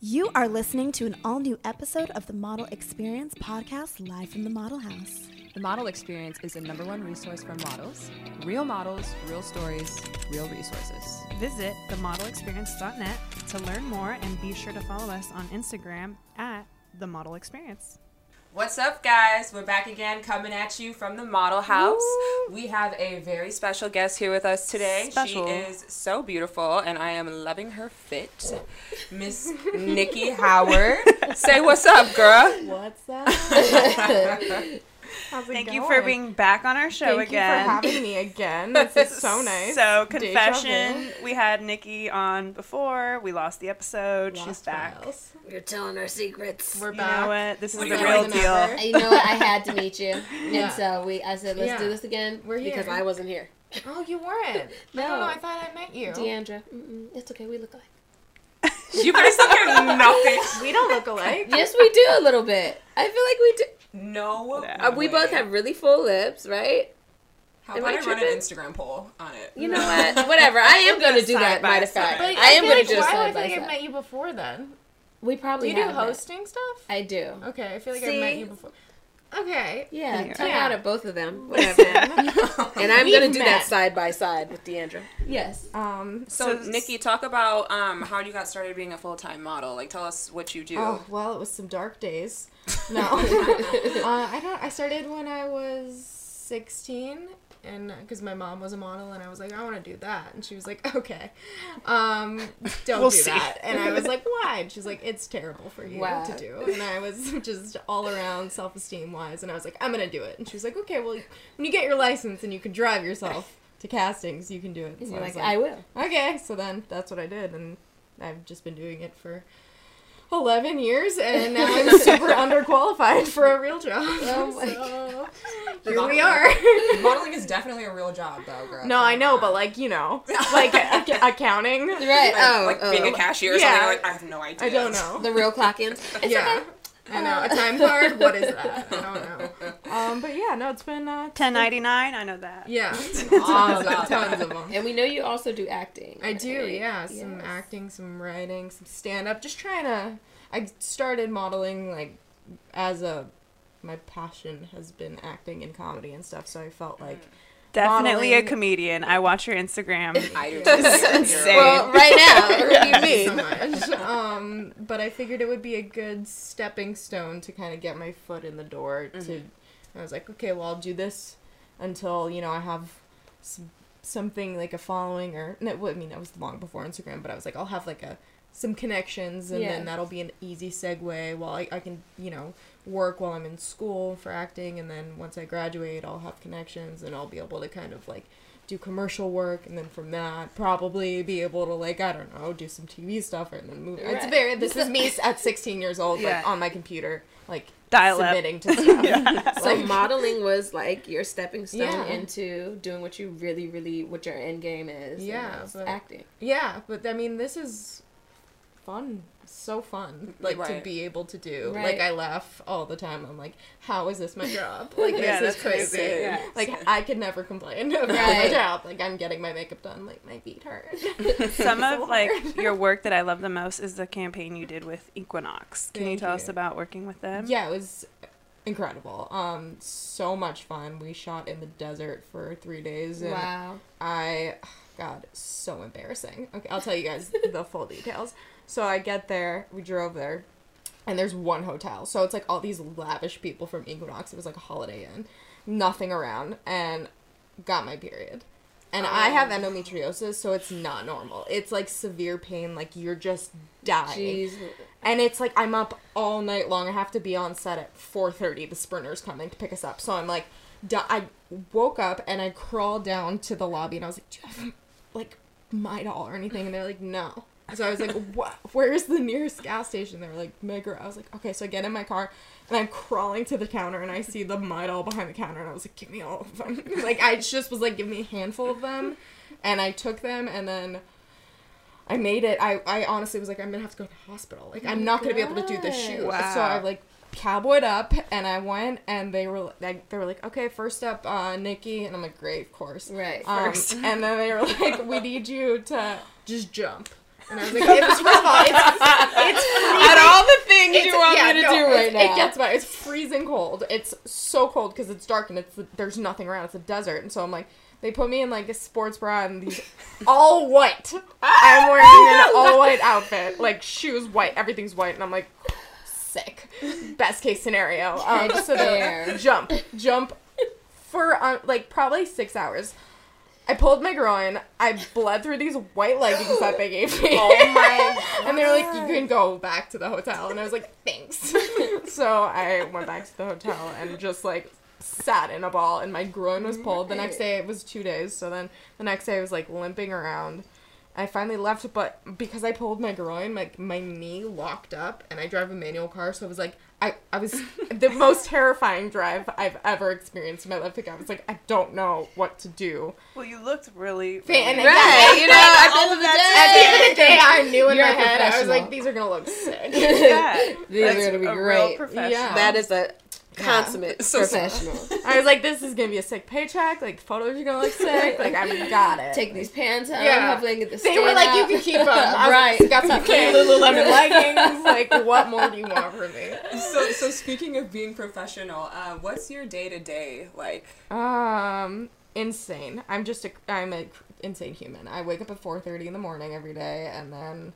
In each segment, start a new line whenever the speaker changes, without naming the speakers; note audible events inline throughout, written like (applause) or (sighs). You are listening to an all new episode of the Model Experience podcast live from the Model House.
The Model Experience is the number one resource for models. Real models, real stories, real resources.
Visit themodelexperience.net to learn more and be sure to follow us on Instagram at the model experience.
What's up, guys? We're back again, coming at you from the Model House. We have a very special guest here with us today.
Special.
She is so beautiful, and I am loving her fit. Miss Nikki (laughs) Howard. Say what's up, girl.
(laughs)
What's that?
Thank you for being back on our show
Thank
again.
you for having
(laughs)
me again. This is so nice.
So
Deja vu.
confession, we had Nikki on before. We lost the episode. She's back.
We're telling our secrets.
We're
You
back.
know what? This is
We're
the
back
real
than
deal.
ever.
you know what? I had to meet (laughs) you,
Yeah.
and so we. I said, let's
Yeah.
do this again.
We're
because
here.
I wasn't here.
Oh, you (laughs) weren't.
No,
I don't know. I thought I met you.
Deandra. Mm-mm, it's okay. We look alike.
You guys look at nothing.
we don't look (laughs) alike.
Yes, we do a little bit. I feel like we do.
No.
Uh, we
way.
both have really full lips, right?
How
am
about I
I
run an
tripping?
Instagram poll on it?
You know
(laughs)
what? Whatever. I am going to do
Side
that.
by
Matter of
side.
fact,
But
I
I,
am
feel
going
like,
to do a
why do I
side by
think I've
side.
met you before then?
We
Do
probably
you do
have met.
hosting stuff?
I do.
Okay, I feel like I've met
See?
you before. Okay.
Yeah,
Yeah.
tongue
Yeah.
out at both of (laughs) them. Whatever. and (laughs) I'm going
We've
to do
met.
that side by side with Deandra.
Yes. Um.
So,
So-
Nikki, talk about um, how you got started being a full time model. Like, tell us what you do.
Oh well, it was some dark days. No, (laughs) uh, I don't. I started when I was sixteen, and because my mom was a model, and I was like, I want to do that, and she was like, Okay, um, don't
We'll
do
see.
that, and I was like, Why? And she's like, It's terrible for you
Wow.
to do, and I was (laughs) just all around self esteem wise, and I was like, I'm gonna do it, and she was like, Okay, well, when you get your license and you can drive yourself to castings, you can do it. So
You're
I was
like, I will.
Okay, so then that's what I did, and I've just been doing it for eleven years, and now (laughs) I'm super underqualified for a real job.
Oh my
so here we are.
(laughs) Modeling is definitely a real job, though, girl.
(laughs) no, I know, but like you (laughs) know, like ac- accounting.
(laughs) Right.
Like,
Oh,
like
oh.
being a cashier or
yeah.
something. Like, I have no idea.
I don't know.
the real clock
(laughs)
in.
yeah. I know a time card. What is that? I (laughs) don't know. Um, but yeah, no, it's been uh,
Ten ninety nine. I know that.
yeah,
Awesome.
(laughs) tons, tons of them.
And we know you also do acting.
I do,
right?
yeah. Some
Yes.
acting, some writing, some stand up. Just trying to. I started modeling like as a. My passion has been acting and comedy and stuff, so I felt like.
Mm.
Definitely a
Modeling.
comedian. I watch your
(laughs)
Instagram.
(laughs) I do.
(laughs)
too.
insane.
Well, right now, what do you
Thank you (laughs)
mean?
so much. um, but I figured it would be a good stepping stone to kind of get my foot in the door. To, I was like, okay, well, I'll do this until you know I have some, something like a following or no, well, I mean that was long before Instagram, but I was like, I'll have like a some connections, and
Yeah.
then that'll be an easy segue while I, I can you know work while I'm in school for acting, and then once I graduate, I'll have connections and I'll be able to kind of like do commercial work and then from that probably be able to like i don't know do some tv stuff and then move it's
Right.
very this is me at 16 years old
Yeah.
like on my computer like
Dial up.
submitting
(laughs)
to stuff
So modeling was like your stepping stone
Yeah.
into doing what you really, really, what your end game is. and
Yeah,
that's
but-
acting.
(laughs) yeah but i mean this is fun so fun like
Right.
to be able to do
Right.
like i laugh all the time i'm like how is this my job like
Yeah,
this
that's
is crazy
crazy. Yeah.
like i could never complain (laughs) about my
Right.
job like i'm getting my makeup done like my feet hurt
Some
So
of like your work that I love the most is the campaign you did with Equinox. Can you
Thank
tell
you.
us about working with them?
Yeah, it was incredible. Um, so much fun. We shot in the desert for three days, and
Wow.
I, (sighs) God, so embarrassing. Okay, I'll tell you
(laughs)
guys the full details. So I get there, we drove there, and there's one hotel. So it's like all these lavish people from Equinox. It was like a Holiday Inn, nothing around, and got my period. And I have
Oh.
endometriosis, so it's not normal. It's like severe pain, like you're just dying
Jeez.
and it's like I'm up all night long. I have to be on set at 4:30. The sprinter's coming to pick us up, so I'm like, di- I woke up and I crawled down to the lobby and I was like, "Do you have like my doll or anything?" And they're like, "No." So I was like, "What? Where's the nearest gas station?" They were like, "Mega." I was like, "Okay." So I get in my car and I'm crawling to the counter and I see the my doll behind the counter and I was like, "Give me all of them." (laughs) like I just was like, "Give me a handful of them," and I took them and then. I made it. I, I honestly was like, I'm gonna have to go to the hospital. Like, I'm not gonna be able to do this shoot.
Wow.
So I like cowboyed up and I went and they were like, they were like, okay, first up, uh, Nikki, and I'm like, great, of course.
Right.
Um, and then they were like, we need you to just jump. And I was like, it was, first of all, it's, it's cold. It's so cold because it's dark and it's there's nothing around. It's a desert, and so I'm like, they put me in like a sports bra and (laughs) these all white. I'm wearing an all white outfit, like shoes white, everything's white, and I'm like, sick. Best case scenario. Um, so
Fair.
then jump, jump for um, like probably six hours. I pulled my groin. I bled through these white leggings that they gave me.
(laughs) Oh my
(laughs) And they were like, you can go back to the hotel. And I was like,
(laughs)
thanks. so I went back to the hotel and just like sat in a ball and my groin was pulled. The next day it was two days. So then the next day I was like limping around. I finally left, but because I pulled my groin, like my knee locked up and I drive a manual car. So it was like, I,
(laughs)
I was the most terrifying drive I've ever experienced in my life. Like, I was like, I don't know what to do.
Well, you looked really.
Fa- And
Right,
yeah,
you know, at the end of the
at the end
day-
of the day, I knew (laughs) in
You're
my
a
head, I was like,
professional.
these are gonna look sick. (laughs)
Yeah.
These are
That's
gonna be
a real
great.
professional.
Yeah.
That
That
is a
consummate
Professional.
I was like, this is gonna be a sick paycheck. Like, photos are gonna (laughs) look sick. Like, I've got it.
Take these pants out.
(laughs) Yeah.
Hopefully, I can get the
they were
stain
like, you
out.
can keep them. I was
Right.
like, got some cute (laughs) Lululemon leggings. Like, what more do you want from me?
So, so speaking of being professional, uh, what's your day to day like?
Um, insane. I'm just a, I'm a cr- insane human. I wake up at 4:30 in the morning every day, and then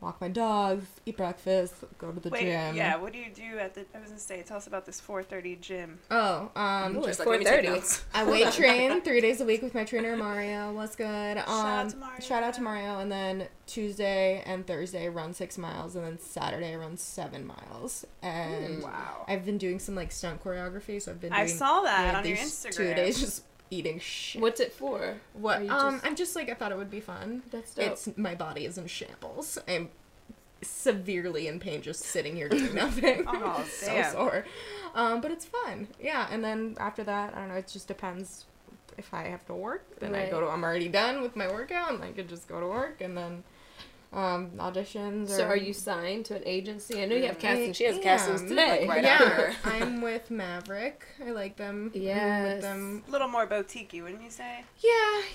walk my dogs, eat breakfast, go to the
Wait,
gym.
yeah. What do you do at the? I was gonna say, tell us about this 4:30 gym.
Oh, um,
She's like, let me take
(laughs)
notes.
I weight train three days a week with my trainer Mario. What's good? Um,
out to Mario.
Shout out to Mario. And then Tuesday and Thursday I run six miles, and then Saturday I run seven miles. And
Wow.
I've been doing some like stunt choreography, so I've been.
I
doing,
saw that
yeah,
on your
these
Instagram.
Two days just eating (laughs) shit.
What's it for?
What?
Are you
um,
just-
I'm just like I thought it would be fun.
That's dope.
It's my body is in shambles. I'm severely in pain just sitting here (laughs) doing nothing.
(laughs) Oh,
so
damn.
sore. Um, but it's fun. Yeah, and then after that, I don't know. It just depends. If I have to work, then I go
Right.
to. I'm already done with my workout, and I could just go to work, and then um, auditions. Or,
So, are you signed to an agency? I know you have
I
castings. She has
am,
castings today.
like, right
yeah,
after.
I'm with Maverick. I like them. I'm with
Yes.
them
A little more boutique wouldn't you say?
Yeah,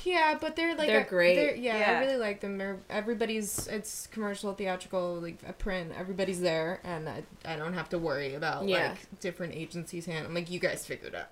yeah, but they're like
They're
I-
great.
yeah,
Yeah.
I really like them. They're everybody's it's commercial, theatrical, like a print. Everybody's there, and I, I don't have to worry about
Yeah.
like different agencies. Hand, I'm like, you guys figured out.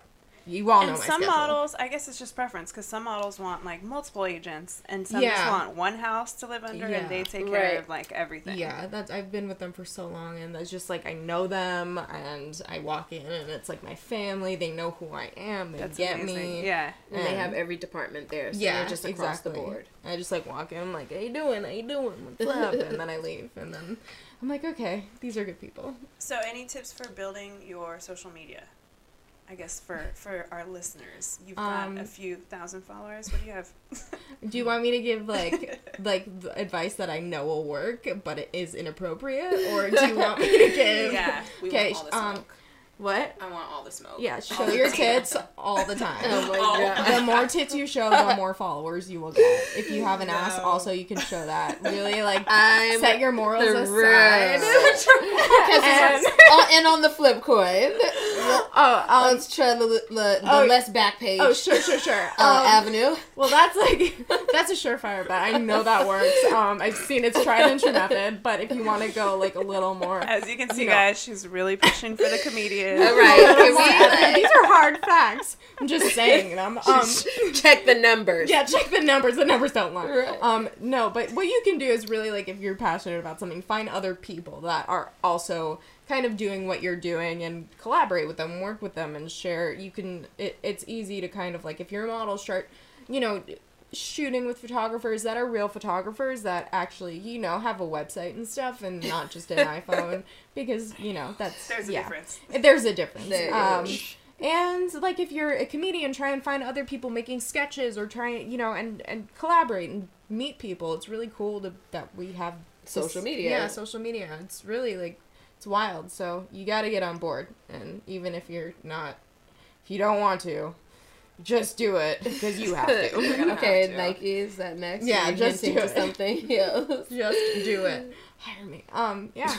You all know
and
my
some
schedule.
models, I guess it's just preference because some models want like multiple agents, and some just
Yeah.
want one house to live under,
Yeah.
and they take care
Right.
of like everything.
Yeah, that's I've been with them for so long, and it's just like I know them, and I walk in, and it's like my family. They know who I am. They
that's
get
amazing.
me.
Yeah,
And they
And-
have every department there. So
yeah,
you're just across
exactly.
the board.
I just like walk in, I'm like, "How you doing? How
(laughs)
you doing? What's up?" and then I leave, and then I'm like, "Okay, these are good people."
So, any tips for building your social media? I guess for for our listeners, you've got
Um,
a few thousand followers. What do you have?
Do you want me to give like like the advice that I know will work, but it is inappropriate, or do you want me to give?
yeah,
We
Okay,
want all the
um,
smoke.
What?
I want all the smoke.
Yeah, show
All the
your
tea.
tits all the time.
Oh my
Oh.
god.
the more tits you show, the more followers you will get. If you have an ass,
No.
also you can show that. Really, like
I'm
set your morals
the
aside. (laughs)
Because on, and on the flip coin,
oh, um,
let's try the, the, the
Oh.
less back page
oh, sure, sure, (laughs) sure.
uh,
Um,
avenue.
Well, that's like (laughs) that's a surefire bet. I know that works. Um, I've seen it's tried and true method. But if you want to go like a little more,
As you can see,
No.
guys, she's really pushing for the comedian.
(laughs)
All
Come
(laughs)
on, Evan, (laughs)
right.
these are hard facts. I'm just saying them. Um,
Check the numbers.
yeah, check the numbers. The numbers don't lie.
Right.
Um, no, but what you can do is really like if you're passionate about something, find other people that are also kind of doing what you're doing and collaborate with them, work with them, and share. You can. It, it's easy to kind of like if you're a model, start, you know. Shooting with photographers that are real photographers that actually, you know, have a website and stuff and
(laughs)
not just an iPhone because, you know, that's.
There's a
yeah.
difference.
There's a difference.
There
um,
is.
and like if you're a comedian, try and find other people making sketches or try you know and and collaborate and meet people. It's really cool to, that we have this-
Social media.
Yeah, social media. It's really like it's wild. So you got to get on board, and even if you're not, if you don't want to, just do it because you have
(laughs)
to.
gonna
okay,
have to.
Nike is that next?
Yeah,
You're
just
(laughs) hinting
do
to
it.
something
(laughs)
else.
just do it. Hire me. Um. Yeah.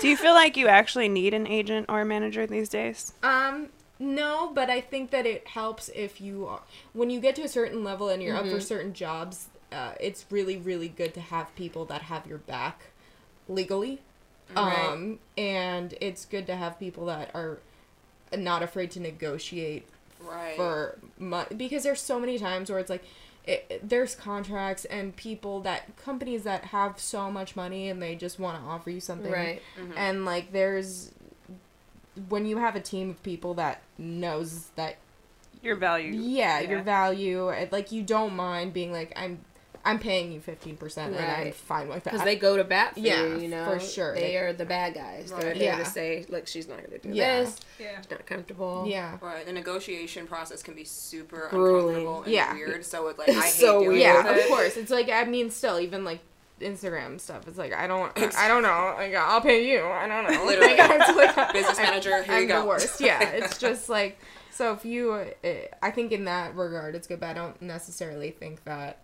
Do you feel like you actually need an agent or a manager these days?
Um, no, but I think that it helps if you are when you get to a certain level and you're up for certain jobs. Uh, it's really, really good to have people that have your back legally
Right.
Um, and it's good to have people that are not afraid to negotiate
Right.
for mu- because there's so many times where it's like it, it- there's contracts and people that companies that have so much money and they just want to offer you something
Right.
and like there's when you have a team of people that knows that
Your value.
yeah,
Yeah.
your value and, like you don't mind being like i'm i'm paying you 15% and i'm
Right.
fine with
Because
that
they go to bat for
Yeah,
you, you know.
for sure.
They
They-
are the bad guys. They're
Right.
there
Yeah.
to say, look, she's not going to do
Yeah.
this.
Yeah.
She's not comfortable.
yeah
Right, the negotiation process can be super
Grueling.
uncomfortable and
Yeah.
weird. So it like I hate
So
doing
weird.
yeah
it.
of course it's like i mean still even like instagram stuff it's like i don't i don't know like i'll pay you i don't know
Literally.
(laughs) Like, it's like-
Business manager, here
I'm
you go.
the
(laughs)
worst. Yeah, it's just like so. If you, uh, I think in that regard, it's good. But I don't necessarily think that.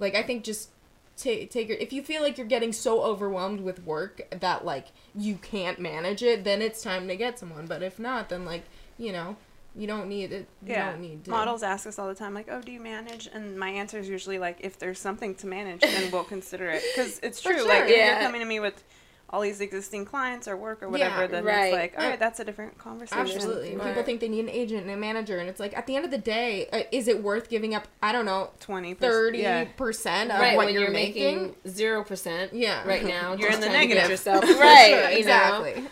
Like I think just take take your. If you feel like you're getting so overwhelmed with work that like you can't manage it, then it's time to get someone. But if not, then like you know you don't need it. You
Yeah.
don't need to.
Models ask us all the time, like, "Oh, do you manage?" And my answer is usually like, "If there's something to manage,
(laughs)
then we'll consider it." Because it's
For
true. Like,
sure.
if
Yeah.
you're coming to me with all these existing clients or work or whatever,
Yeah,
then
right.
it's like, all
Yeah.
right, that's a different conversation.
Absolutely. And People
Right.
think they need an agent and a manager, and it's like at the end of the day, uh, is it worth giving up? I don't know,
Twenty.
thirty
Yeah.
percent of
Right.
what
when
you're,
you're
making?
making zero percent.
Yeah.
(clears throat) Right
(laughs)
now,
You're
just
in the
trying to get
negative.
yourself
Right,
right. (laughs) you know?
exactly.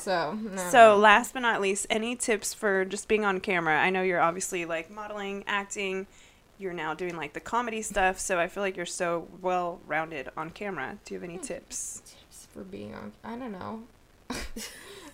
so, no.
So, last but not least, any tips for just being on camera? I know you're obviously like modeling, acting. You're now doing like the comedy stuff, so I feel like you're so well rounded on camera. Do you have any tips?
for being on, I don't know. (laughs)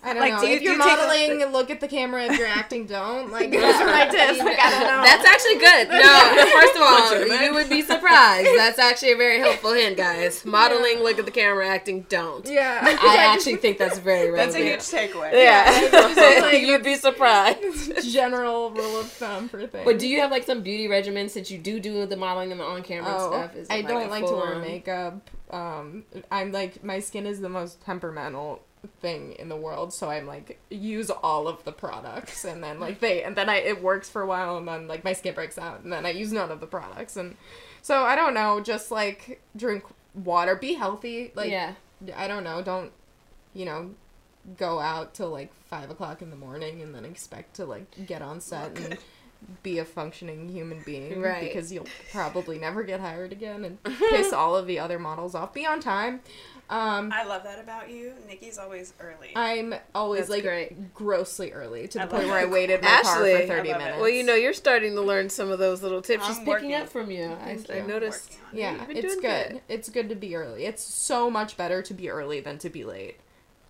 I don't
Like,
know.
do you-
if
do you
you're
take a-
modeling, look at the camera. If you're acting, don't. Like those are my tips. Like, I don't know.
That's actually good. No, first of all,
Legitimate.
you would be surprised. That's actually a very helpful hint, guys. Modeling, look at the camera, acting, don't.
yeah. (laughs)
(laughs) I actually think that's very relevant.
takeaway.
yeah, (laughs) you'd be (laughs) surprised.
General rule of thumb for things.
But do you have like some beauty regimen since you do do the modeling and the on camera
oh,
stuff? Is it,
I don't
a
like to wear
full-on-
makeup. Um, I'm like my skin is the most temperamental thing in the world, so I'm like use all of the products, and then like they and then I it works for a while, and then like my skin breaks out, and then I use none of the products, and so I don't know. Just like drink water, be healthy. Like
yeah.
I don't know. Don't you know? Go out till like five o'clock in the morning and then expect to like get on set and be a functioning human being,
(laughs) Right.
Because you'll probably never get hired again
(laughs)
and piss all of the other models off. Be on time. Um,
I love that about you. Nikki's always early.
I'm always
That's
like
great.
grossly early to the
I love
point where I
it.
waited my car
Ashley,
for thirty
I love it.
minutes.
Well, you know, you're starting to learn some of those little tips.
I'm
She's picking
working.
up from you. I,
Thank
I
you.
noticed.
yeah,
You've been
it's
doing
good. It's good to be early. It's so much better to be early than to be late.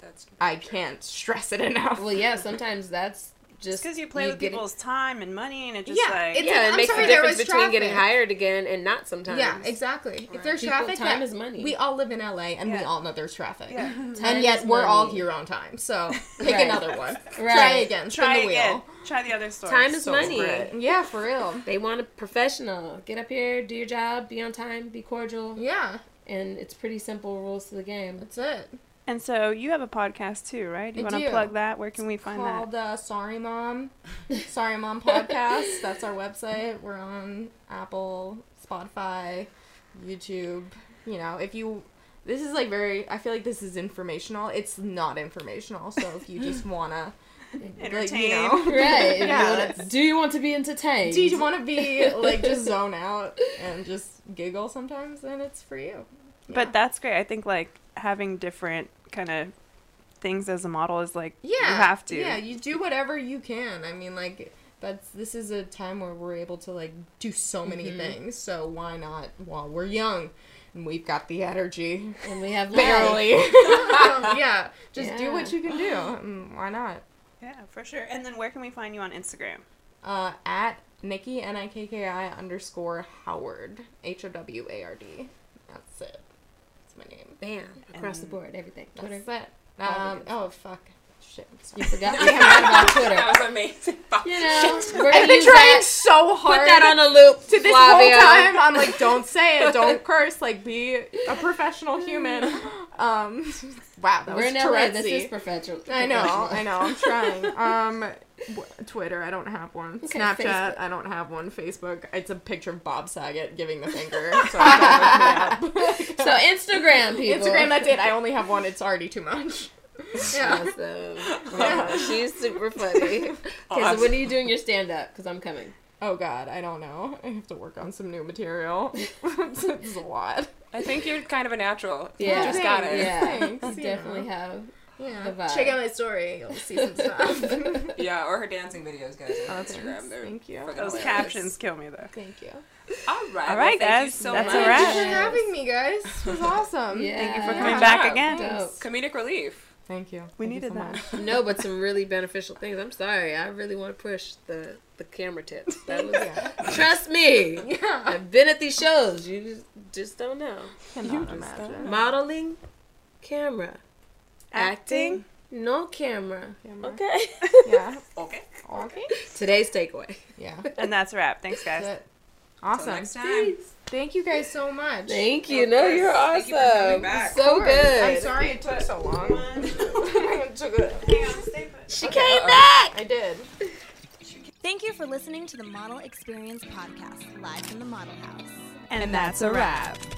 That's true.
I can't stress it enough.
Well, yeah. Sometimes that's just
because you play with
get it-
people's time and money, and it just
Yeah,
like
it's
yeah,
like,
it
I'm
makes
sorry,
the
there
difference
was
between getting
traffic.
hired again and not sometimes.
Yeah, exactly. If there's
People,
traffic,
time
that-
is money.
We all live in LA, and we
Yeah.
all know there's traffic.
Yeah.
And
Time
yet
is
we're all
money.
here on time.
(laughs)
So pick
Right.
another
(laughs)
one. Try
Right.
again. Spin
try
the
again.
wheel.
Try the other story.
Time is
So
money.
great.
Yeah, for real.
They want a professional. Get up here, do your job, be on time, be cordial,
Yeah,
and it's pretty simple rules to the game.
that's it.
And so you have a podcast too, right? Do you
I
want to
do.
plug that? Where can we find
Called uh, Sorry
(laughs)
Mom, Sorry Mom podcast. That's our website. We're on Apple, Spotify, YouTube. You know, if you. This is like very. I feel like this is informational. It's not informational. So if you
(laughs)
just wanna,
that?
like,
Entertain.
you know,
Right.
(laughs) Yeah,
You wanna-
that's-
do you want to be
(laughs)
entertained?
Do you want to be like just zone out and just giggle sometimes? Then it's for you.
But that's great. I think like having different kind of things as a model is like
Yeah,
you have to.
Yeah, you do whatever you can. I mean, like that's this is a time where we're able to like do so many
Mm-hmm.
things. So why not while we're young and we've got the energy
and we have barely.
barely?
(laughs)
(laughs) yeah, just do
Yeah.
what you can do. Mm, Why not?
Yeah, for sure. And then where can we find you on Instagram?
Uh, at Nikki N I K K I underscore Howard H O W A R D. That's it. That's my name.
Bam. Across the board, everything. Twitter.
That's it.
All the
Um,
good
oh fuck. Shit, you forgot (laughs)
(laughs)
we have about Twitter.
That was
(laughs)
amazing.
You know, we're
I've
gonna
been
use
trying
that
so hard.
Put that on a loop
to this
Flavia.
whole time.
I'm like, don't say (laughs) it, don't curse, like be a professional (laughs) human. Um, wow, that
We're
was
in LA. This
Tourette's-y.
is professional.
I know, I know. I'm trying. (laughs) Um, w- Twitter, I don't have one.
Okay,
Snapchat,
Facebook.
I don't have one. Facebook, it's a picture of Bob Saget giving the (laughs) finger. So I don't look me up.
So Instagram people.
Instagram, that's it. I only have one. It's already too much. Yeah.
Awesome. Wow, she's super
(laughs)
funny. Okay, so when are you doing your stand up? Because I'm coming.
Oh God, I don't know. I have to work on some new material. (laughs) it's a lot.
I think you're kind of a natural.
Yeah.
You just got it.
Yeah.
Thanks,
You
you
definitely
know.
have.
Yeah.
the vibe.
Check out my story.
(laughs)
You'll see some stuff.
Yeah, or her dancing videos, guys. On
thanks.
Instagram. They're
Thank you.
fucking
Those
hilarious.
captions kill me though.
Thank you.
All right.
All
All
right,
right, guys.
guys,
so
that's
much.
a wrap.
Thanks for having me, guys. This (laughs) was awesome.
Yeah.
Thank you for
Yeah.
coming
Good
back
job.
again.
Dope.
Comedic relief.
Thank you.
We
Thank you
needed
so
that.
much.
No, but some really beneficial things. I'm sorry. I really want to push the the camera tips. That was,
Yeah.
Trust me.
Yeah.
I've been at these shows. You just, just don't know.
Cannot imagine.
Modeling, camera, acting, no camera.
Camera.
Okay.
Yeah.
Okay.
Okay.
(laughs) Today's takeaway.
(laughs) Yeah.
And that's a wrap. Thanks, guys.
That's it.
Till
Awesome.
next time.
Thank you guys so much. (laughs)
Thank you. No, you're awesome.
Thank you for coming back.
So
I'm
good.
sorry it took so long. It took a-
she came back.
I did.
Thank you for listening to the Model Experience Podcast, live from the Model House.
And that's a wrap.